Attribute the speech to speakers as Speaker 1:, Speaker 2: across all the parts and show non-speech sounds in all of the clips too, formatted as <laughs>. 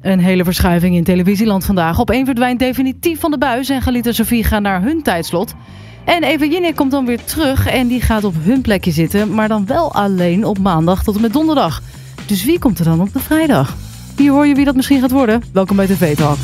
Speaker 1: Een hele verschuiving in televisieland vandaag. Op één verdwijnt definitief van de buis en Galit en Sofie gaan naar hun tijdslot. En Eva Jinek komt dan weer terug en die gaat op hun plekje zitten, maar dan wel alleen op maandag tot en met donderdag. Dus wie komt er dan op de vrijdag? Hier hoor je wie dat misschien gaat worden. Welkom bij TV Talk.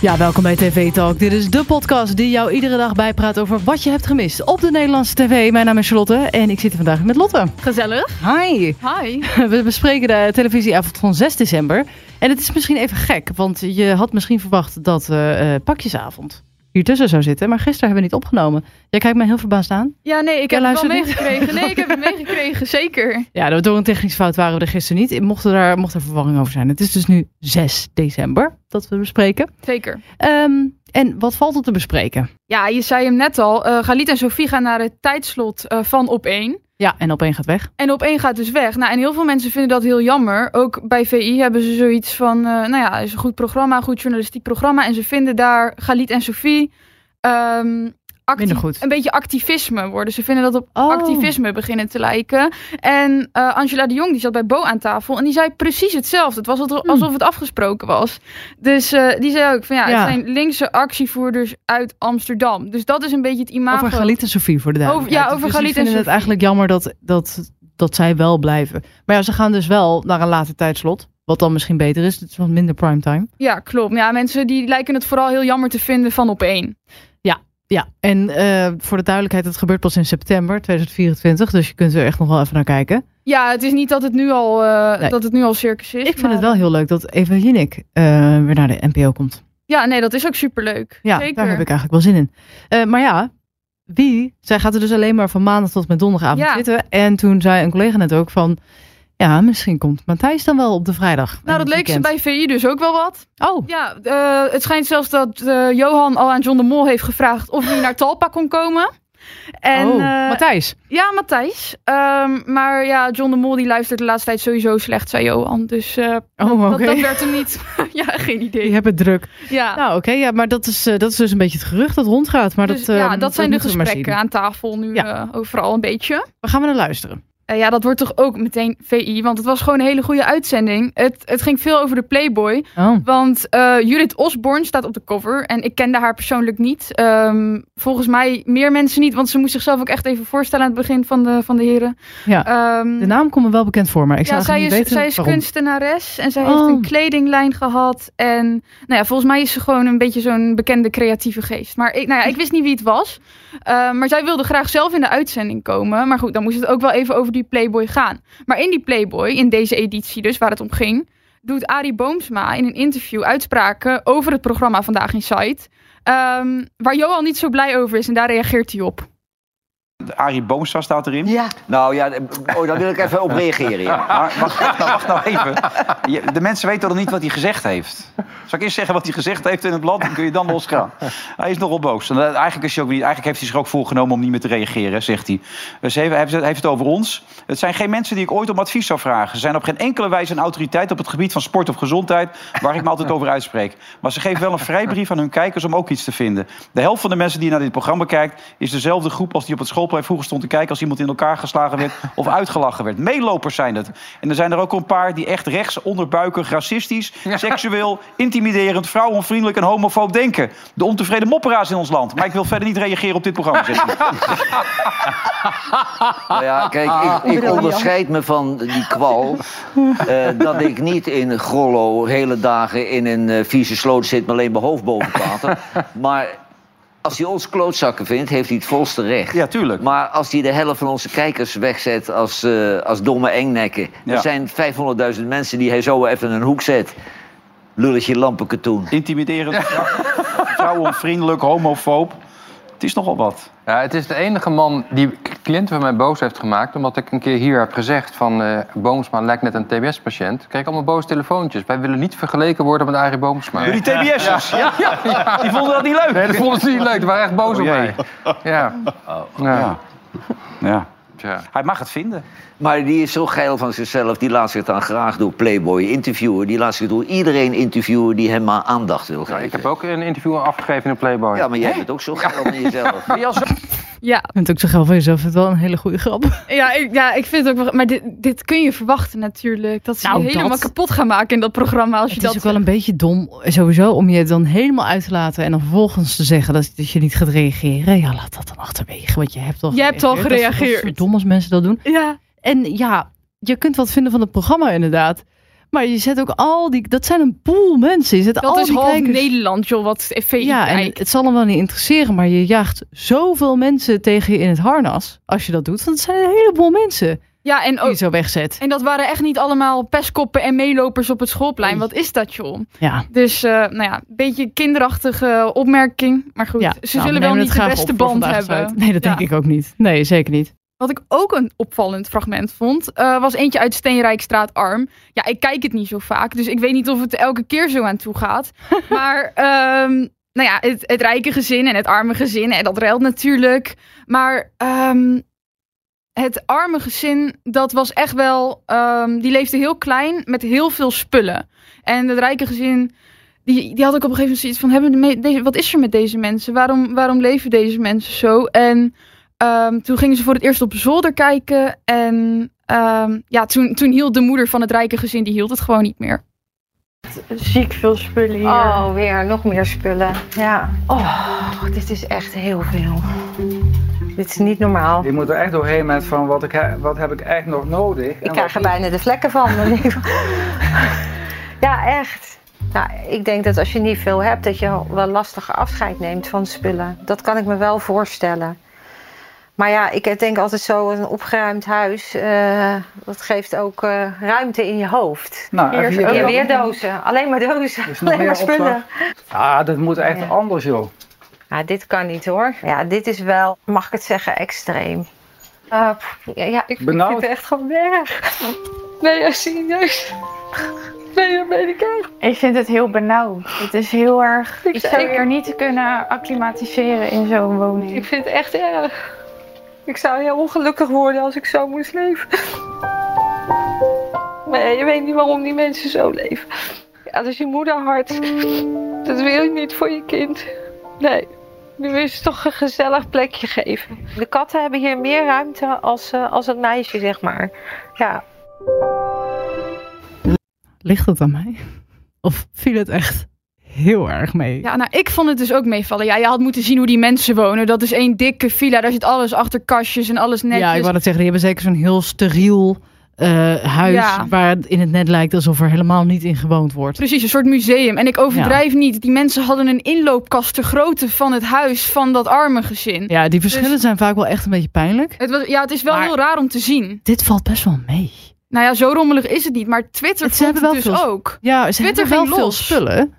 Speaker 1: Ja, welkom bij TV Talk. Dit is de podcast die jou iedere dag bijpraat over wat je hebt gemist op de Nederlandse tv. Mijn naam is Charlotte en ik zit hier vandaag met Lotte.
Speaker 2: Gezellig.
Speaker 1: Hi!
Speaker 2: Hi.
Speaker 1: <laughs> We bespreken de televisieavond van 6 december. En het is misschien even gek, want je had misschien verwacht dat eh, eh, pakjesavond hier tussen zou zitten. Maar gisteren hebben we niet opgenomen. Jij kijkt mij heel verbaasd aan.
Speaker 2: Ja, nee, ik
Speaker 1: Ja,
Speaker 2: heb het
Speaker 1: luister
Speaker 2: wel
Speaker 1: niet.
Speaker 2: meegekregen. Nee, ik heb <laughs> het meegekregen, zeker.
Speaker 1: Ja, door een technische fout waren we er gisteren niet. Mocht er, daar, mocht er verwarring over zijn. Het is dus nu 6 december dat we bespreken.
Speaker 2: Zeker.
Speaker 1: Ehm, en wat valt er te bespreken?
Speaker 2: Ja, je zei hem net al. eh Galit en Sofie gaan naar het tijdslot eh, van op één.
Speaker 1: Ja, en op één gaat weg.
Speaker 2: En op één gaat dus weg. Nou, en heel veel mensen vinden dat heel jammer. Ook bij VI hebben ze zoiets van, eh, nou ja, is een goed programma, een goed journalistiek programma. En ze vinden daar Galit en Sofie ehm, acti-
Speaker 1: Minder goed.
Speaker 2: een beetje activisme worden. Ze vinden dat op
Speaker 1: Oh.
Speaker 2: activisme beginnen te lijken. En eh, Angela de Jong die zat bij Bo aan tafel en die zei precies hetzelfde. Het was
Speaker 1: Hmm.
Speaker 2: al- alsof het afgesproken was. Dus eh, die zei ook van ja,
Speaker 1: Ja.
Speaker 2: het zijn linkse actievoerders uit Amsterdam. Dus dat is een beetje het imago.
Speaker 1: Over Galit en Sofie voor de duidelijkheid.
Speaker 2: Over- ja, over
Speaker 1: Dus
Speaker 2: Galit
Speaker 1: ik
Speaker 2: en
Speaker 1: vind het
Speaker 2: Sophie.
Speaker 1: eigenlijk jammer dat, dat, dat zij wel blijven. Maar ja, ze gaan dus wel naar een later tijdslot. Wat dan misschien beter is. Het is wat minder primetime.
Speaker 2: Ja, klopt. Ja, mensen die lijken het vooral heel jammer te vinden van op één.
Speaker 1: Ja, en eh, voor de duidelijkheid, het gebeurt pas in september 2024. Dus je kunt er echt nog wel even naar kijken.
Speaker 2: Ja, het is niet dat het nu al, eh,
Speaker 1: Nee.
Speaker 2: dat het nu al circus is.
Speaker 1: Ik vind
Speaker 2: maar-
Speaker 1: het wel heel leuk dat Eva Jinek eh, weer naar de NPO komt.
Speaker 2: Ja, nee, dat is ook superleuk.
Speaker 1: Ja,
Speaker 2: Zeker.
Speaker 1: daar heb ik eigenlijk wel zin in. Eh, maar ja, wie? Zij gaat er dus alleen maar van maandag tot met donderdagavond
Speaker 2: Ja.
Speaker 1: zitten. En toen zei een collega net ook van... Ja, misschien komt Matthijs dan wel op de vrijdag.
Speaker 2: Nou, dat leek ze bij VI dus ook wel wat.
Speaker 1: Oh,
Speaker 2: Ja, eh, het schijnt zelfs dat eh, Johan al aan John de Mol heeft gevraagd of hij naar Talpa kon komen. En,
Speaker 1: oh,
Speaker 2: eh,
Speaker 1: Matthijs.
Speaker 2: ja, Matthijs. Ehm, maar ja, John de Mol die luistert de laatste tijd sowieso slecht, zei Johan. Dus eh,
Speaker 1: Oh, oké.
Speaker 2: dat,
Speaker 1: <laughs>
Speaker 2: dat werd hem niet. <laughs> ja, geen
Speaker 1: Die
Speaker 2: idee.
Speaker 1: hebben het druk.
Speaker 2: Ja,
Speaker 1: Nou, oké, ja, maar dat is, eh, dat is dus een beetje het gerucht dat rondgaat. Maar
Speaker 2: dus,
Speaker 1: dat, eh,
Speaker 2: ja dat, zijn de
Speaker 1: moeten we maar
Speaker 2: gesprekken
Speaker 1: zien.
Speaker 2: aan tafel nu
Speaker 1: Ja.
Speaker 2: eh, overal een beetje.
Speaker 1: Waar gaan we naar luisteren?
Speaker 2: Eh, ja, dat wordt toch ook meteen VI, want het was gewoon een hele goede uitzending. Het, het ging veel over de Playboy.
Speaker 1: Oh.
Speaker 2: Want eh, Judith Osborne staat op de cover. En ik kende haar persoonlijk niet. Ehm, volgens mij meer mensen niet. Want ze moest zichzelf ook echt even voorstellen aan het begin van de, van de heren.
Speaker 1: Ja.
Speaker 2: Ehm,
Speaker 1: De naam komt me wel bekend voor, maar ik zou
Speaker 2: ja, zij
Speaker 1: eigenlijk
Speaker 2: is,
Speaker 1: niet weten
Speaker 2: zij is
Speaker 1: waarom.
Speaker 2: kunstenares. En zij
Speaker 1: Oh.
Speaker 2: heeft een kledinglijn gehad. En nou ja, volgens mij is ze gewoon een beetje zo'n bekende creatieve geest. Maar ik, nou ja, ik wist niet wie het was. Eh, maar zij wilde graag zelf in de uitzending komen. Maar goed, dan moest het ook wel even over die Playboy gaan. Maar in die Playboy, in deze editie dus, waar het om ging... doet Arie Boomsma in een interview uitspraken over het programma Vandaag in Sight... ehm, waar Johan niet zo blij over is en daar reageert hij op.
Speaker 3: Arie Boomstra staat erin.
Speaker 4: Ja.
Speaker 5: Nou ja, oh, daar wil ik even op reageren. ja.
Speaker 3: <laughs> Maar wacht, wacht nou, wacht nou even. Je- de mensen weten nog niet wat hij gezegd heeft. Zal ik eerst zeggen wat hij gezegd heeft in het land? Dan kun je dan losgaan. Hij is nogal boos. En, eh, eigenlijk, is hij ook niet, eigenlijk heeft hij zich ook voorgenomen om niet meer te reageren, zegt hij. Dus hij heeft, hij heeft het over ons. Het zijn geen mensen die ik ooit om advies zou vragen. Ze zijn op geen enkele wijze een autoriteit op het gebied van sport of gezondheid... waar ik me altijd over uitspreek. Maar ze geven wel een vrijbrief aan hun kijkers om ook iets te vinden. De helft van de mensen die naar dit programma kijkt... is dezelfde groep als die op het schoolplein vroeger stond te kijken... als iemand in elkaar geslagen werd of uitgelachen werd. Meelopers zijn het. En er zijn er ook een paar die echt rechts onderbuikig, racistisch... seksueel, intimiderend, vrouwonvriendelijk en homofoob denken. De ontevreden mopperaars in ons land. Maar ik wil verder niet reageren op dit programma, zegt hij.
Speaker 5: Nou ja, kijk,
Speaker 3: Ah.
Speaker 5: ik, ik onderscheid me van die kwal.
Speaker 3: <laughs>
Speaker 5: eh, dat ik niet in Grollo hele dagen in een eh, vieze sloot zit, maar alleen mijn hoofd boven het
Speaker 3: <laughs>
Speaker 5: water. Maar als hij ons klootzakken vindt, heeft hij het volste recht.
Speaker 3: Ja, tuurlijk.
Speaker 5: Maar als hij de helft van onze kijkers wegzet als, eh, als domme engnekken.
Speaker 3: Ja.
Speaker 5: Er zijn 500.000 mensen die hij zo even in een hoek zet. Lulletje lampenkatoen.
Speaker 3: Intimiderend, vrouwonvriendelijk, homofoob. Het is nogal wat.
Speaker 6: Ja, het is de enige man die cliënten van mij boos heeft gemaakt... omdat ik een keer hier heb gezegd van... eh, Boomsma lijkt net een TBS-patiënt. Krijg ik allemaal boze telefoontjes. Wij willen niet vergeleken worden met Arie Boomsma.
Speaker 3: Door die TBS'ers. Ja. Die vonden dat niet leuk.
Speaker 6: <laughs> Nee, dat vonden ze niet leuk. Die waren echt boos
Speaker 3: Oh,
Speaker 6: op
Speaker 3: jee.
Speaker 6: mij. Ja.
Speaker 3: Ja.
Speaker 6: Ja.
Speaker 3: Ja.
Speaker 6: Tja.
Speaker 3: Hij mag het vinden.
Speaker 5: Maar die is zo geil van zichzelf, die laat zich dan graag door Playboy interviewen. Die laat zich door iedereen interviewen die hem maar aandacht wil
Speaker 6: Ja,
Speaker 5: geven.
Speaker 6: Ik heb ook een interview afgegeven in de Playboy. <laughs>
Speaker 5: Ja, maar jij bent ook zo geil van jezelf.
Speaker 2: Ja,
Speaker 1: En toen zag van jezelf, het wel een hele goede grap.
Speaker 2: ja, ik, ja, ik vind het ook wel... Maar dit, dit kun je verwachten natuurlijk. Dat ze
Speaker 1: Nou,
Speaker 2: je
Speaker 1: dat-
Speaker 2: helemaal kapot gaan maken in dat programma. Als je
Speaker 1: Het
Speaker 2: dat
Speaker 1: is ook wel een beetje dom sowieso om je dan helemaal uit te laten en dan vervolgens te zeggen dat, dat je niet gaat reageren. Ja, laat dat dan achterwege, want je hebt toch
Speaker 2: Je hebt al
Speaker 1: Dat is
Speaker 2: gereageerd.
Speaker 1: toch dom als mensen dat doen.
Speaker 2: <laughs> Ja,
Speaker 1: En ja, je kunt wat vinden van het programma inderdaad. Maar je zet ook al die... Dat zijn een boel mensen. Je zet
Speaker 2: dat
Speaker 1: al
Speaker 2: is
Speaker 1: die
Speaker 2: half
Speaker 1: kijkers...
Speaker 2: Nederland, joh, wat tv
Speaker 1: Ja, en
Speaker 2: kijkt.
Speaker 1: het zal hem wel niet interesseren. Maar je jaagt zoveel mensen tegen je in het harnas. Als je dat doet. Want het zijn een heleboel mensen
Speaker 2: Ja, en
Speaker 1: die
Speaker 2: ook...
Speaker 1: je zo wegzet.
Speaker 2: En dat waren echt niet allemaal pestkoppen en meelopers op het schoolplein.
Speaker 1: Nee.
Speaker 2: Wat is dat, joh?
Speaker 1: Ja.
Speaker 2: Dus, eh, nou ja, een beetje kinderachtige opmerking. Maar goed,
Speaker 1: ja.
Speaker 2: ze
Speaker 1: Nou, we
Speaker 2: zullen wel
Speaker 1: nemen
Speaker 2: niet
Speaker 1: het
Speaker 2: de
Speaker 1: graag
Speaker 2: beste
Speaker 1: op voor
Speaker 2: band
Speaker 1: vandaag,
Speaker 2: hebben.
Speaker 1: Zuid. Nee, dat
Speaker 2: Ja.
Speaker 1: denk ik ook niet. Nee, zeker niet.
Speaker 2: Wat ik ook een opvallend fragment vond, eh, was eentje uit Steenrijkstraat Arm. Ja, ik kijk het niet zo vaak, dus ik weet niet of het elke keer zo aan toe gaat. maar, ehm, nou ja, het, het rijke gezin en het arme gezin, en dat ruilt natuurlijk. Maar ehm, het arme gezin, dat was echt wel, ehm, die leefde heel klein met heel veel spullen. En het rijke gezin, die, die had ook op een gegeven moment zoiets van, hebben de me- deze, wat is er met deze mensen? Waarom, waarom leven deze mensen zo? En... Ehm, toen gingen ze voor het eerst op zolder kijken. En ehm, ja, toen, toen hield de moeder van het rijke gezin, die hield het gewoon niet meer.
Speaker 4: ziek veel spullen hier.
Speaker 7: Oh, weer nog meer spullen.
Speaker 4: Ja,
Speaker 7: Oh, dit is echt heel veel.
Speaker 4: dit is niet normaal.
Speaker 8: Je moet er echt doorheen met van wat, ik he- wat heb ik echt nog nodig. en
Speaker 7: Ik
Speaker 8: wat
Speaker 7: krijg er
Speaker 8: niet.
Speaker 7: bijna de vlekken van. Dan denk ik van- ja, echt. Nou, ik denk dat als je niet veel hebt, dat je wel lastig afscheid neemt van spullen. Dat kan ik me wel voorstellen. Maar ja, ik denk altijd zo, een opgeruimd huis, eh, dat geeft ook eh, ruimte in je hoofd.
Speaker 8: Nou,
Speaker 4: Hier
Speaker 8: en
Speaker 4: is
Speaker 8: hier
Speaker 4: ook
Speaker 7: Ja,
Speaker 8: weer.
Speaker 7: weer dozen. Alleen maar dozen.
Speaker 8: Is nog
Speaker 7: Alleen
Speaker 8: meer
Speaker 7: maar spullen.
Speaker 8: opslag? Ah, dat moet echt
Speaker 7: Ja.
Speaker 8: anders, joh.
Speaker 7: Ja, dit kan niet hoor. Ja, dit is wel, mag ik het zeggen, extreem. Eh, pff, ja, ja, ik
Speaker 8: Benauwd.
Speaker 7: vind het echt gewoon weg. Nee, echt serieus. Nee, dat ben ik echt.
Speaker 4: Ik vind het heel benauwd. Het is heel erg... Ik zou
Speaker 7: ik-
Speaker 4: hier niet kunnen acclimatiseren in zo'n
Speaker 7: Ik
Speaker 4: woning.
Speaker 7: vind het echt erg. Ik zou heel ongelukkig worden als ik zo moest leven. Nee, je weet niet waarom die mensen zo leven. Ja, dat is je moederhart. Dat wil je niet voor je kind. Nee. Nu is het toch een gezellig plekje geven. De katten hebben hier meer ruimte als, eh, als het meisje, zeg maar. Ja,
Speaker 1: Ligt het aan mij? Of viel het echt heel erg mee?
Speaker 2: Ja, nou, ik vond het dus ook meevallen. Ja, je had moeten zien hoe die mensen wonen. Dat is één dikke villa. Daar zit alles achter kastjes en alles netjes.
Speaker 1: Ja, ik wou dat zeggen. Die hebben zeker zo'n heel steriel eh, huis
Speaker 2: Ja.
Speaker 1: waar het in het net lijkt alsof er helemaal niet in gewoond wordt.
Speaker 2: Precies, een soort museum. En ik overdrijf niet. Die mensen hadden een inloopkast te grootte van het huis van dat arme gezin.
Speaker 1: Ja, die verschillen zijn vaak wel echt een beetje pijnlijk.
Speaker 2: Het was, ja, het is wel
Speaker 1: Maar-
Speaker 2: heel raar om te zien.
Speaker 1: Dit valt best wel mee.
Speaker 2: Nou ja, zo rommelig is het niet. Maar Twitter
Speaker 1: Het- ze
Speaker 2: vond
Speaker 1: hebben
Speaker 2: het
Speaker 1: wel
Speaker 2: dus ook.
Speaker 1: Ja, ze
Speaker 2: Twitter
Speaker 1: hebben wel
Speaker 2: ging
Speaker 1: veel
Speaker 2: los.
Speaker 1: spullen.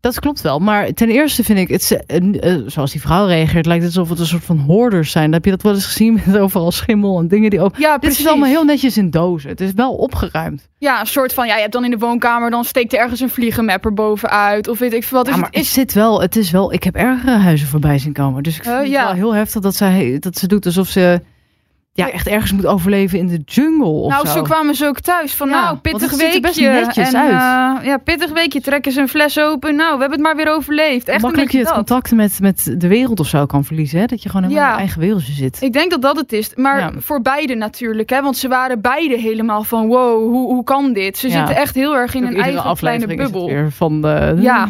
Speaker 1: Dat klopt wel. Maar ten eerste vind ik, het, ze- eh, eh, zoals die vrouw reageert, lijkt het alsof het een soort van hoorders zijn. Heb je dat wel eens gezien <laughs> met overal schimmel en dingen die ook.
Speaker 2: Ja,
Speaker 1: Dit
Speaker 2: precies.
Speaker 1: is allemaal heel netjes in dozen. Het is wel opgeruimd.
Speaker 2: Ja, een soort van, ja, je hebt dan in de woonkamer, dan steekt er ergens een vliegenmapper bovenuit. Of weet ik veel wat. Dus
Speaker 1: Ja, Ah, maar
Speaker 2: het
Speaker 1: het
Speaker 2: is,
Speaker 1: zit wel, het is wel, ik heb ergere huizen voorbij zien komen. Dus ik vind
Speaker 2: Eh,
Speaker 1: het
Speaker 2: ja.
Speaker 1: wel heel heftig dat, zij, dat ze doet alsof ze ja, echt ergens moet overleven in de jungle of
Speaker 2: nou, zo.
Speaker 1: zo.
Speaker 2: kwamen ze ook thuis van,
Speaker 1: Ja,
Speaker 2: nou, pittig
Speaker 1: want het ziet
Speaker 2: weekje.
Speaker 1: er best netjes
Speaker 2: en,
Speaker 1: uit.
Speaker 2: eh, ja, pittig weekje, trekken ze een fles open. Nou, we hebben het maar weer overleefd. Echt een
Speaker 1: Makkelijk je
Speaker 2: beetje
Speaker 1: het
Speaker 2: dat.
Speaker 1: contact met, met de wereld of zo kan verliezen. Hè? Dat je gewoon helemaal
Speaker 2: Ja.
Speaker 1: in je eigen wereldje zit.
Speaker 2: Ik denk dat dat het is. Maar
Speaker 1: Ja.
Speaker 2: voor beide natuurlijk, hè. Want ze waren beide helemaal van, wow, hoe, hoe kan dit? Ze
Speaker 1: Ja.
Speaker 2: zitten echt heel erg in
Speaker 1: Ook
Speaker 2: een
Speaker 1: iedere
Speaker 2: eigen kleine
Speaker 1: is het
Speaker 2: bubbel.
Speaker 1: weer van de... <laughs>
Speaker 2: Ja.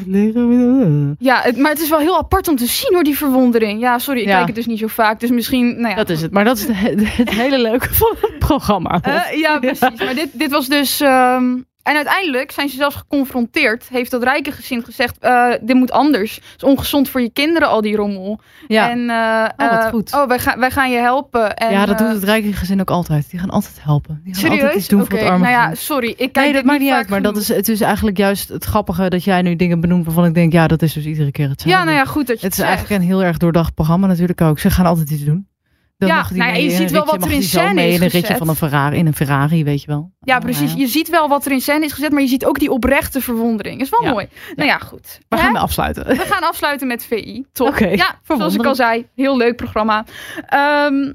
Speaker 1: Leren-
Speaker 2: Ja, het, maar het is wel heel apart om te zien hoor, die verwondering. Ja, sorry, ik
Speaker 1: Ja.
Speaker 2: kijk het dus niet zo vaak. Dus misschien, nou ja.
Speaker 1: Dat is het. Maar dat is het,
Speaker 2: <laughs>
Speaker 1: het hele leuke van het programma.
Speaker 2: Eh,
Speaker 1: <laughs>
Speaker 2: ja, precies. Maar dit, dit was dus. ehm, en uiteindelijk zijn ze zelfs geconfronteerd. Heeft dat rijke gezin gezegd: eh, dit moet anders. Het is ongezond voor je kinderen, al die rommel.
Speaker 1: ja.
Speaker 2: En, eh,
Speaker 1: Oh, wat
Speaker 2: eh,
Speaker 1: goed.
Speaker 2: oh, wij, gaan wij gaan je helpen. En,
Speaker 1: ja, dat
Speaker 2: eh,
Speaker 1: doet het rijke gezin ook altijd. Die gaan altijd helpen. Die gaan altijd iets
Speaker 2: Serieus?
Speaker 1: doen
Speaker 2: Oké,
Speaker 1: voor het arme
Speaker 2: nou ja,
Speaker 1: gezin.
Speaker 2: sorry. Ik kijk
Speaker 1: Nee,
Speaker 2: dit
Speaker 1: dat maakt niet
Speaker 2: vaak
Speaker 1: uit. Maar dat
Speaker 2: genoeg.
Speaker 1: is, het is eigenlijk juist het grappige dat jij nu dingen benoemt waarvan ik denk, ja, dat is dus iedere keer hetzelfde.
Speaker 2: Ja, nou ja, goed dat je
Speaker 1: Het
Speaker 2: het
Speaker 1: is
Speaker 2: zegt.
Speaker 1: eigenlijk een heel erg doordacht programma natuurlijk ook. Ze gaan altijd iets doen. Dan
Speaker 2: Ja,
Speaker 1: mag die
Speaker 2: nou ja,
Speaker 1: mee
Speaker 2: je
Speaker 1: in een
Speaker 2: ziet wel
Speaker 1: ritje,
Speaker 2: wat er
Speaker 1: mag
Speaker 2: in
Speaker 1: die zo
Speaker 2: scène
Speaker 1: mee
Speaker 2: is
Speaker 1: in een ritje
Speaker 2: gezet.
Speaker 1: van een Ferrari, in een Ferrari, weet je wel.
Speaker 2: Ja,
Speaker 1: eh,
Speaker 2: precies. Je ziet wel wat er in scène is gezet, maar je ziet ook die oprechte verwondering. Is wel
Speaker 1: Ja.
Speaker 2: mooi. Nou ja, goed.
Speaker 1: We
Speaker 2: Hè?
Speaker 1: gaan we afsluiten. <laughs>
Speaker 2: We gaan afsluiten met VI. Toch?
Speaker 1: Oké,
Speaker 2: ja, zoals ik
Speaker 1: verwonderlijk.
Speaker 2: al zei, heel leuk programma. Ehm,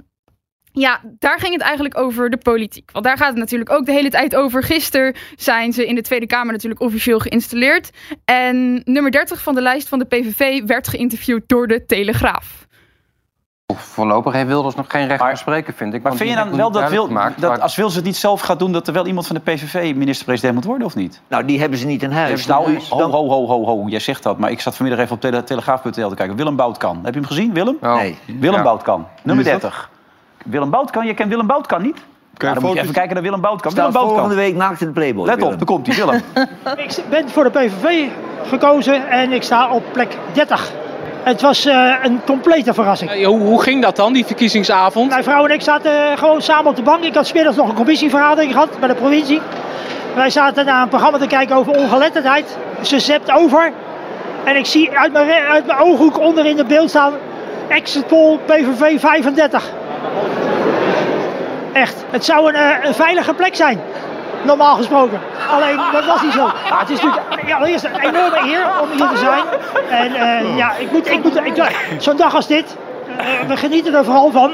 Speaker 2: ja, daar ging het eigenlijk over de politiek. Want daar gaat het natuurlijk ook de hele tijd over. Gisteren zijn ze in de Tweede Kamer natuurlijk officieel geïnstalleerd. En nummer 30 van de lijst van de PVV werd geïnterviewd door de Telegraaf.
Speaker 6: Voorlopig heeft Wilders nog geen recht
Speaker 3: Maar-
Speaker 6: van spreken, vind ik.
Speaker 3: Maar
Speaker 6: want
Speaker 3: vind je
Speaker 6: die
Speaker 3: dan
Speaker 6: heeft
Speaker 3: wel
Speaker 6: nog
Speaker 3: dat,
Speaker 6: niet
Speaker 3: Wil,
Speaker 6: duidelijk gemaakt
Speaker 3: dat
Speaker 6: waar-
Speaker 3: als Wils het niet zelf gaat doen, dat er wel iemand van de PVV minister-president moet worden of niet?
Speaker 5: Nou, die hebben ze niet in huis.
Speaker 3: nou,
Speaker 5: Dus
Speaker 3: ho,
Speaker 6: Oh,
Speaker 5: dan-
Speaker 3: ho, ho, ho, ho, jij zegt dat, maar ik zat vanmiddag even op tele- telegraaf.nl te kijken. Willem Boutkan, heb je hem gezien, Willem?
Speaker 6: Oh,
Speaker 5: Nee.
Speaker 3: Willem
Speaker 6: Ja.
Speaker 3: Boutkan, nummer
Speaker 6: Wie is dat?
Speaker 3: 30. Willem Boutkan, je kent Willem Boutkan niet?
Speaker 9: Kun je
Speaker 3: Nou, dan moet je
Speaker 9: foto's-
Speaker 3: even kijken naar Willem Boutkan.
Speaker 5: Staat
Speaker 3: Willem
Speaker 5: volgende
Speaker 3: Boutkan,
Speaker 5: week naakt in de Playboy.
Speaker 3: let op,
Speaker 5: Willem.
Speaker 3: daar komt hij, Willem.
Speaker 10: Ik ben voor de PVV gekozen en ik sta op plek 30. Het was eh, een complete verrassing.
Speaker 11: hoe, hoe ging dat dan, die verkiezingsavond?
Speaker 10: Mijn vrouw en ik zaten eh, gewoon samen op de bank. Ik had 's middags nog een commissievergadering gehad bij de provincie. Wij zaten naar een programma te kijken over ongeletterdheid. Ze zept over. En ik zie uit mijn, re- uit mijn ooghoek onder in het beeld staan... Exit poll PVV 35. Echt, het zou een, eh, een veilige plek zijn. Normaal gesproken. Alleen, dat was niet zo. Maar het is natuurlijk ja, allereerst een enorme eer om hier te zijn. En eh, ja, ik moet, ik moet, ik, zo'n dag als dit, eh, we genieten er vooral van.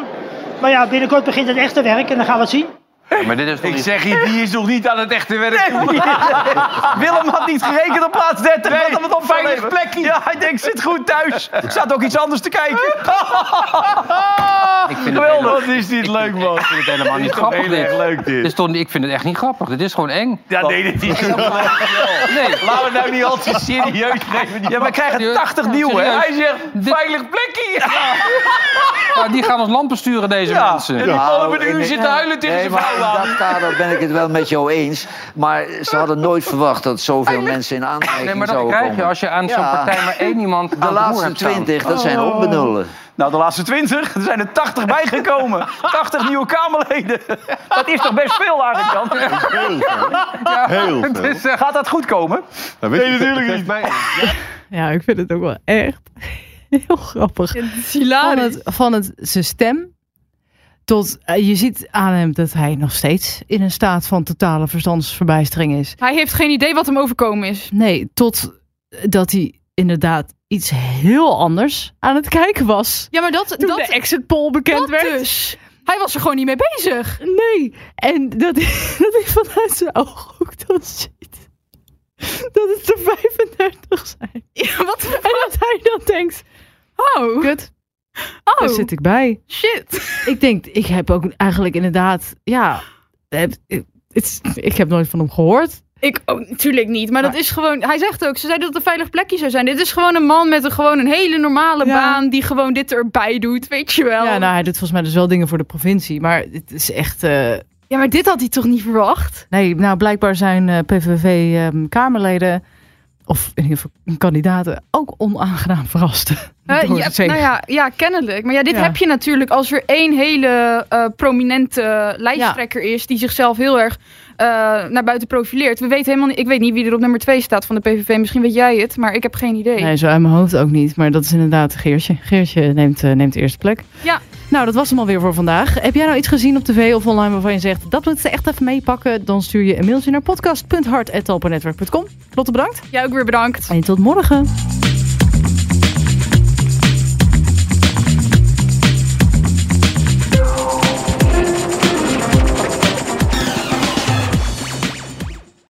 Speaker 10: Maar ja, binnenkort begint het echte werk en dan gaan we het zien.
Speaker 6: Maar dit is toch
Speaker 9: Ik
Speaker 6: niet...
Speaker 9: zeg je, die is nog niet aan het echte werk. toe.
Speaker 3: Ah, Willem had niet gerekend op plaats 30.
Speaker 9: Nee,
Speaker 3: dat hem het op
Speaker 9: veilig plekje.
Speaker 3: Ja, hij denkt, zit goed thuis. Er staat ook iets anders te kijken.
Speaker 6: Ik vind het
Speaker 3: Geweldig.
Speaker 6: helemaal,
Speaker 9: Dat is niet leuk, man.
Speaker 6: ik vind het helemaal
Speaker 9: Dit
Speaker 6: niet
Speaker 9: is toch
Speaker 6: grappig,
Speaker 9: heel
Speaker 6: dit.
Speaker 9: erg leuk,
Speaker 6: Dit is
Speaker 9: dit.
Speaker 6: toch, niet- ik vind het echt niet grappig. Dit is gewoon eng.
Speaker 9: Ja, nee, dit is
Speaker 6: Nee.
Speaker 9: Laten we nou niet al te serieus nemen.
Speaker 3: Ja, wij krijgen 80 nieuwe, hè?
Speaker 6: serieus.
Speaker 9: Hij zegt, veilig plekje.
Speaker 6: Maar die gaan ons land besturen, deze
Speaker 3: Ja.
Speaker 6: mensen.
Speaker 9: Die man op een
Speaker 5: in
Speaker 9: uur
Speaker 5: de-
Speaker 9: zit te huilen tegen
Speaker 5: Nee,
Speaker 9: zijn
Speaker 5: maar
Speaker 9: vrouw aan.
Speaker 5: in dat kader ben ik het wel met jou eens. Maar ze hadden nooit verwacht dat zoveel mensen in aanraking
Speaker 6: Nee,
Speaker 5: zouden
Speaker 6: maar
Speaker 5: komen.
Speaker 6: dat krijg je als je aan zo'n
Speaker 5: Ja.
Speaker 6: partij maar één iemand aan
Speaker 5: De
Speaker 6: het roer
Speaker 5: laatste
Speaker 6: hebt staan. <laughs> Oh.
Speaker 5: 20, dat zijn ook benullen.
Speaker 3: Nou, de laatste 20, er zijn er 80 bijgekomen. 80 nieuwe Kamerleden. Dat is toch best veel eigenlijk dan?
Speaker 9: Heel
Speaker 6: Het is echt...
Speaker 3: Gaat dat goed komen?
Speaker 9: Nee, natuurlijk niet.
Speaker 1: Ja, ik vind het ook wel echt <laughs> heel grappig. Van het, van het zijn stem tot eh, je ziet aan hem dat hij nog steeds in een staat van totale verstandsverbijstering is.
Speaker 2: Hij heeft geen idee wat hem overkomen is.
Speaker 1: Nee, tot eh, dat hij inderdaad iets heel anders aan het kijken was.
Speaker 2: Ja, maar dat,
Speaker 1: Toen
Speaker 2: dat,
Speaker 1: de exit poll bekend
Speaker 2: dat
Speaker 1: werd.
Speaker 2: dus. Hij was er gewoon niet mee bezig.
Speaker 1: Nee, en dat, <laughs> dat hij vanuit zijn ooghoek dan ziet dat het er 35 zijn.
Speaker 2: <laughs> wat
Speaker 1: En dat hij dan denkt,
Speaker 2: Oh,
Speaker 1: kut, daar
Speaker 2: oh
Speaker 1: zit ik bij.
Speaker 2: shit.
Speaker 1: ik denk, ik heb ook eigenlijk inderdaad, ja, heb- het is- ik heb nooit van hem gehoord.
Speaker 2: Ik, oh, natuurlijk niet. Maar dat is gewoon... Hij zegt ook, ze zeiden dat het een veilig plekje zou zijn. Dit is gewoon een man met een, gewoon een hele normale
Speaker 1: Ja.
Speaker 2: baan... die gewoon dit erbij doet, weet je wel.
Speaker 1: Ja, nou, hij doet volgens mij dus wel dingen voor de provincie, maar het is echt, eh,
Speaker 2: Ja, maar dit had hij toch niet verwacht?
Speaker 1: nee, nou, blijkbaar zijn PVV-kamerleden ehm, of in ieder geval kandidaten ook onaangenaam verrast. <laughs>
Speaker 2: Hè,
Speaker 1: door
Speaker 2: ja,
Speaker 1: het
Speaker 2: nou
Speaker 1: zegen.
Speaker 2: ja, ja, kennelijk. Maar ja, dit
Speaker 1: Ja.
Speaker 2: heb je natuurlijk als er één hele eh, prominente lijsttrekker is... die zichzelf heel erg eh, naar buiten profileert. We weten helemaal niet... Ik weet niet wie er op nummer twee staat van de PVV. Misschien weet jij het, maar ik heb geen idee.
Speaker 1: Nee, zo uit mijn hoofd ook niet. Maar dat is inderdaad Geertje. Geertje neemt, eh, neemt de eerste plek.
Speaker 2: Ja.
Speaker 1: Nou, dat was hem alweer voor vandaag. Heb jij nou iets gezien op tv of online waarvan je zegt... dat moet ze echt even meepakken? Dan stuur je een mailtje naar podcast.hart.talpanetwerk.com. Lotte, bedankt.
Speaker 2: Jij ook weer bedankt.
Speaker 1: En tot morgen.